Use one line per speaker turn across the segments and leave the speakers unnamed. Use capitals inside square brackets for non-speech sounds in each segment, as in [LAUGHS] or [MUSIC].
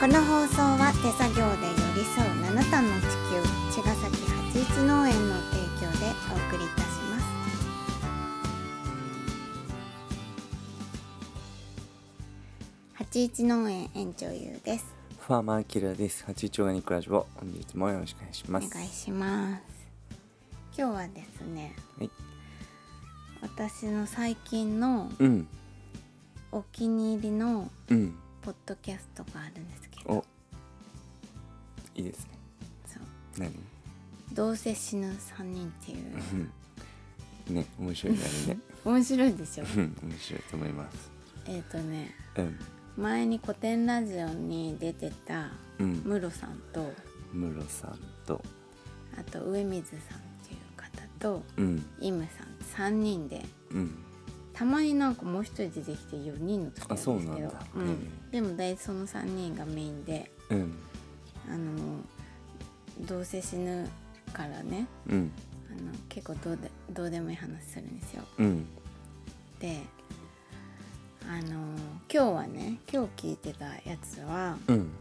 この放送は手作業で寄り添うあなたの地球茅ヶ崎八一農園の提供でお送りいたします八一農園園長ゆうです
ファーマーキラーです。八丁ガニクラジオ、本日もよろしくお願いしま
お
す。
願いします今日はですね
はい。
私の最近の
うん、
お気に入りの
うん、
ポッドキャストがあるんですけど
お。いいですね。
そう
何。
どうせ死ぬ三人っていう
うんね、面白いねあれね。
面白いでしょ
うん、面白いと思います。
えっ、とね
うん、
前に古典ラジオに出てた
うん、
ムロさんと
ムロさんと。
あと上水さんっていう方と
うん、
イムさん3人で
うん、
たまになんかもう一人出てきて4人の時あるんですけど
あそうなんだ
んでも大体その3人がメインで
うん、
あのどうせ死ぬからね
うん、
あの結構どうでどうでもいい話するんですよ。
うん、
であの今日はね今日聞いてたやつは
うん、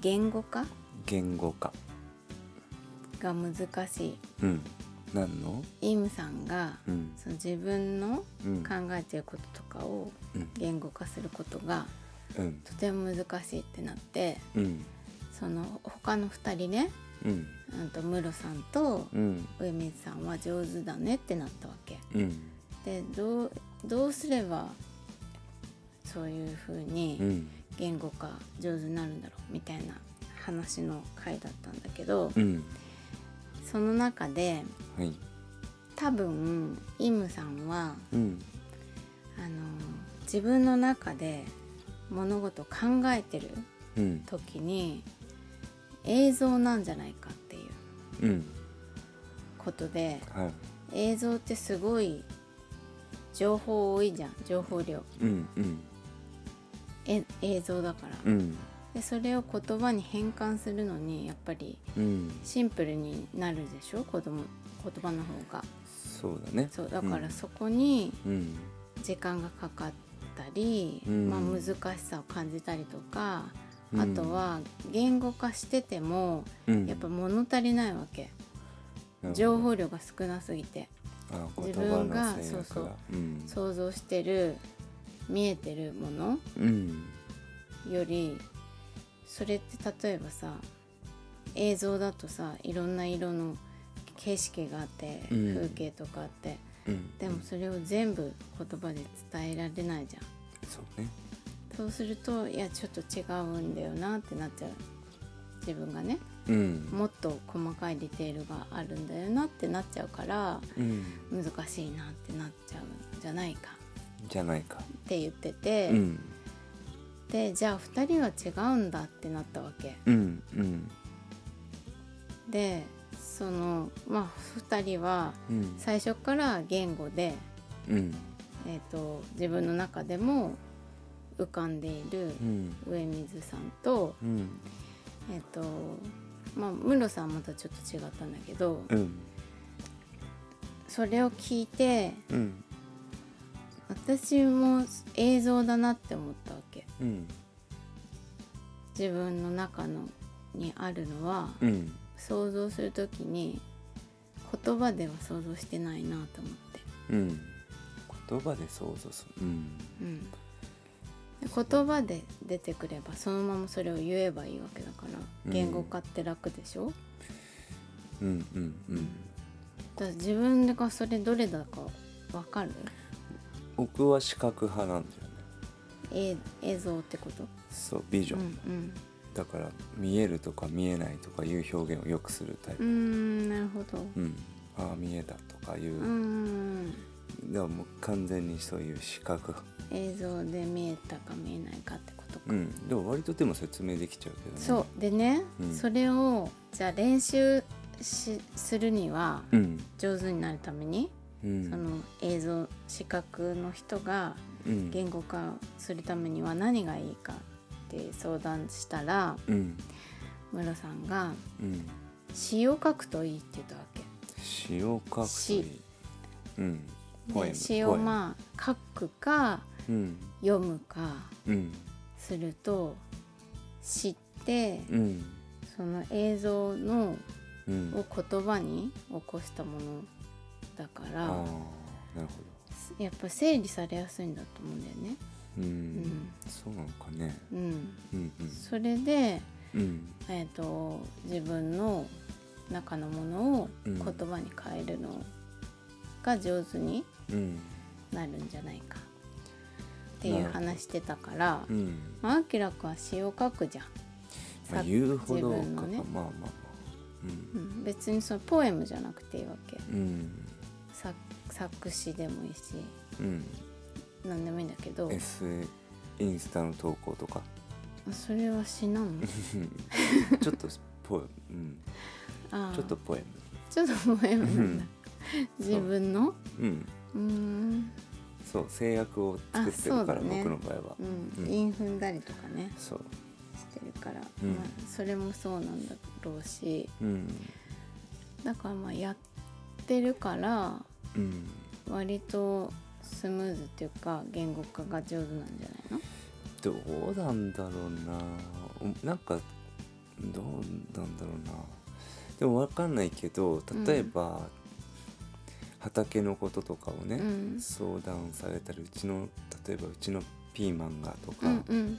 言語化
言語化。
が難しい
うん、何の。
イムさんが
うん、
その自分の
うん、
考えてることとかを
うん、
言語化することが
うん、
とても難しいってなって
うん、
その他の2人ね
うん、
うんとムロさんと
うん、
上水さんは上手だねってなったわけ。
うん、
でどうどうすればそういうふう
う
に
ん、
言語化上手になるんだろうみたいな話の回だったんだけど
うん、
その中で
はい。
多分イムさんは
うん、
あの自分の中で物事を考えてる
うん、
時に映像なんじゃないかっていう
うん、
ことで
はい。
映像ってすごい情報多いじゃん情報量
うん、うん。
え映像だから、
うん
でそれを言葉に変換するのにやっぱり
うん
シンプルになるでしょ子供言葉の方が
そうだね
そうだから
うん
そこに
うん
時間がかかったり、
うん
まあ、難しさを感じたりとか、
うん
あとは言語化してても
うん
やっぱ物足りないわけ、情報量が少なすぎて
あ
自
言
分
葉
が
の制約
そうそう
うん
想像してる見えてるもの
うん
よりそれって例えばさ映像だとさいろんな色の景色があって
うん
風景とかあって、
うん
でもそれを全部言葉で伝えられないじゃん。
そうね
そうするといやちょっと違うんだよなってなっちゃう自分がね
うん
もっと細かいディテールがあるんだよなってなっちゃうから
うん
難しいなってなっちゃうんじゃないか
じゃないか
って言ってて、
うん
でじゃあ2人は違うんだってなったわけ
うんうん
でそのまあ2人は
うん
最初から言語で、
うん
えー、と自分の中でも浮かんでいる
うん
上水さんと
うん
えっとまあムロさんはまたちょっと違ったんだけど
うん
それを聞いて
うん
私も映像だなって思ったわけ
うん
自分の中のにあるのは
うん
想像する時に言葉では想像してないなと思って、
うん言葉で想像するうん
うん、で言葉で出てくればそのままそれを言えばいいわけだから
うん
言語化って楽でしょ、
うんうんうん
だから自分がそれどれだかわかる
僕は視覚派なんだよね
え映像ってこと
そうビジョ
う
ン
んうん
だから見えるとか見えないとかいう表現をよくするタイ
うー
プ、
んなるほど
うんああ見えたとかいうう、
ん
でももう完全にそういう視覚
映像で見えたか見えないかってことか、
うんでも割とでも説明できちゃうけどね
そうでね、
うん
それをじゃあ練習しするには
うん
上手になるために、
うん
その映像視覚の人が
うん
言語化するためには何がいいかって相談したら
うん
ムロさんが
うん
詩を書くといいって言ったわけ。
詩を書くといい
詩
うん
で
ポエム
詩
ポ
を
エム
まあ書くか
うん
読むか
うん
すると知って
うん
その映像の
うん
を言葉に起こしたものだか
ああ
ら
なるほ
やっぱ整理されやすいんだと思うんだよね。
どうん、
ん
そうなのかね
うん、
うん
それで、
うんうん
えー、と自分の中のものを
うん
言葉に変えるのが上手に
うん
なるんじゃないかっていう話してたから
う、ん
まああきらくんは詩を書くじゃん。
まあ
さ
言うほどか
自分のね
まあまあまあ
う、
うん
別にそのポエムじゃなくていいわけ
んうん
作作詞でもいいし
うん
何でもいいんだけど
S インスタの投稿とか
それは詩な
[LAUGHS]
の
ちょっとポエム、うん、
ああ
ちょっとポエム
ちょっとポエムなんだ自分の
うん
うーん
そう制約を作ってるか
あそ
ら、
うだね
僕の場合は、
うん、
うん
韻踏んだりとかね
そう
してるから、
うん
まあ、それもそうなんだろうし
うん
だからまあやってるから
うん
割とスムーズっていうか言語化が上手なんじゃないの
どうなんだろうなおなんかどうなんだろうなでも分かんないけど例えば、畑のこととかをね、
うん
相談されたりうちの例えばうちのピーマンがとか
うんうん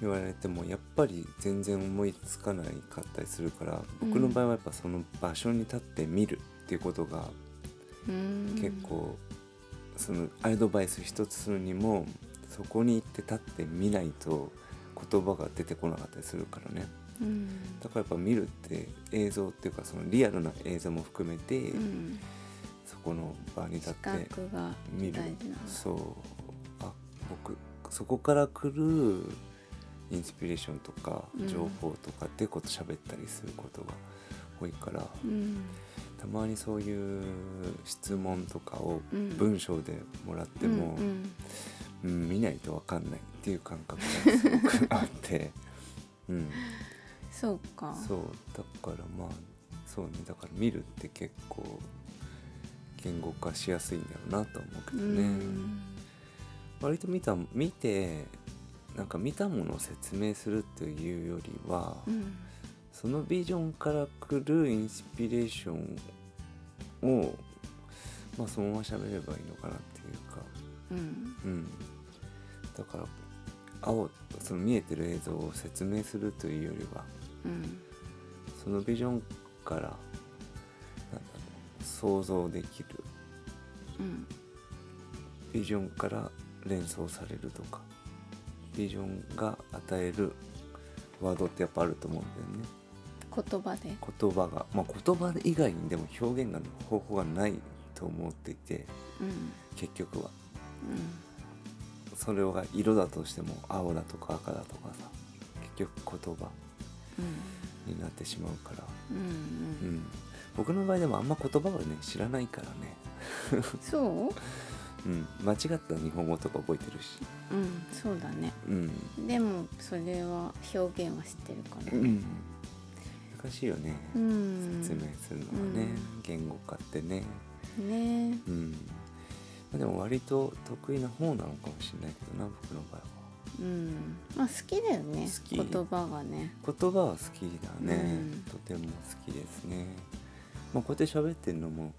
言われても、やっぱり全然思いつかないかったりするから僕の場合はやっぱその場所に立って見るっていうことが
うーん
結構、そのアドバイス一つするにもそこに行って立って見ないと言葉が出てこなかったりするからね
うん
だからやっぱ見るって映像っていうかそのリアルな映像も含めて、
うん
そこの場に立っ
視
て
覚が
見
大
る
事なんだ
そうあ僕そこから来るインスピレーションとか
うん
情報とかでこと喋ったりすることが多いから、
うん
たまにそういう質問とかを
うん
文章でもらっても、
うんうん
うん見ないと分かんないっていう感覚がすごくあ
[LAUGHS]
って、うん、
そうか
そうだからまあそうねだから見るって結構言語化しやすいんだろうなと思うけどね、
うん
割と見た見てなんか見たものを説明するっていうよりは、
うん
そのビジョンから来るインスピレーションをまあそのまま喋ればいいのかなっていうか。
うん
うん、だから青その見えてる映像を説明するというよりは
うん
そのビジョンからなんだろう想像できる
うん
ビジョンから連想されるとかビジョンが与えるワードってやっぱあると思うんだよね
言葉で
言葉が、まあ、言葉以外にでも表現が方法がないと思っていて
うん
結局はそれが色だとしても青だとか赤だとかさ結局言葉
うん
になってしまうから、
うん
う
うん
ん、僕の場合でもあんま言葉をね知らないからね、
そう
うん、間違った日本語とか覚えてるし、
うんそうだね
うん
でもそれは表現は知ってるから
う
ね
ん、難しいよね、
うん
説明するのは
う
ね、
ん
言語化ってね、
ね
うんまあ、でも割と得意な方なのかもしれないけどな僕の場合は
うんまあ好きだよね
好き
言葉がね
言葉は好きだね、
うん
とても好きですね、まあ、こうやって喋ってるのも、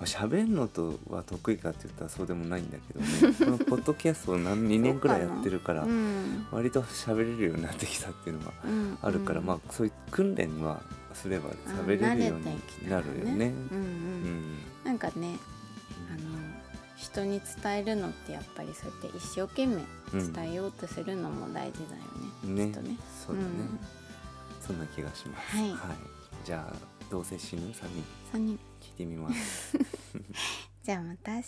まあ、喋るのとは得意かって言ったらそうでもないんだけ
[LAUGHS]
どねこのポッドキャストを何2年くらいやってるから
うん
割と喋れるようになってきたっていうのは
うん
あるから、
うん
まあそういう訓練はすれば喋れるようになるよね。
うんう
うんん
なんかねあの人に伝えるのってやっぱりそうやって一生懸命伝えようとするのも大事だよね、き
ね
っとね
そうだね、
うん
そんな気がします。
はい
じゃあどうせ死ぬ3人
3人
聞いてみます。
じゃあまた明日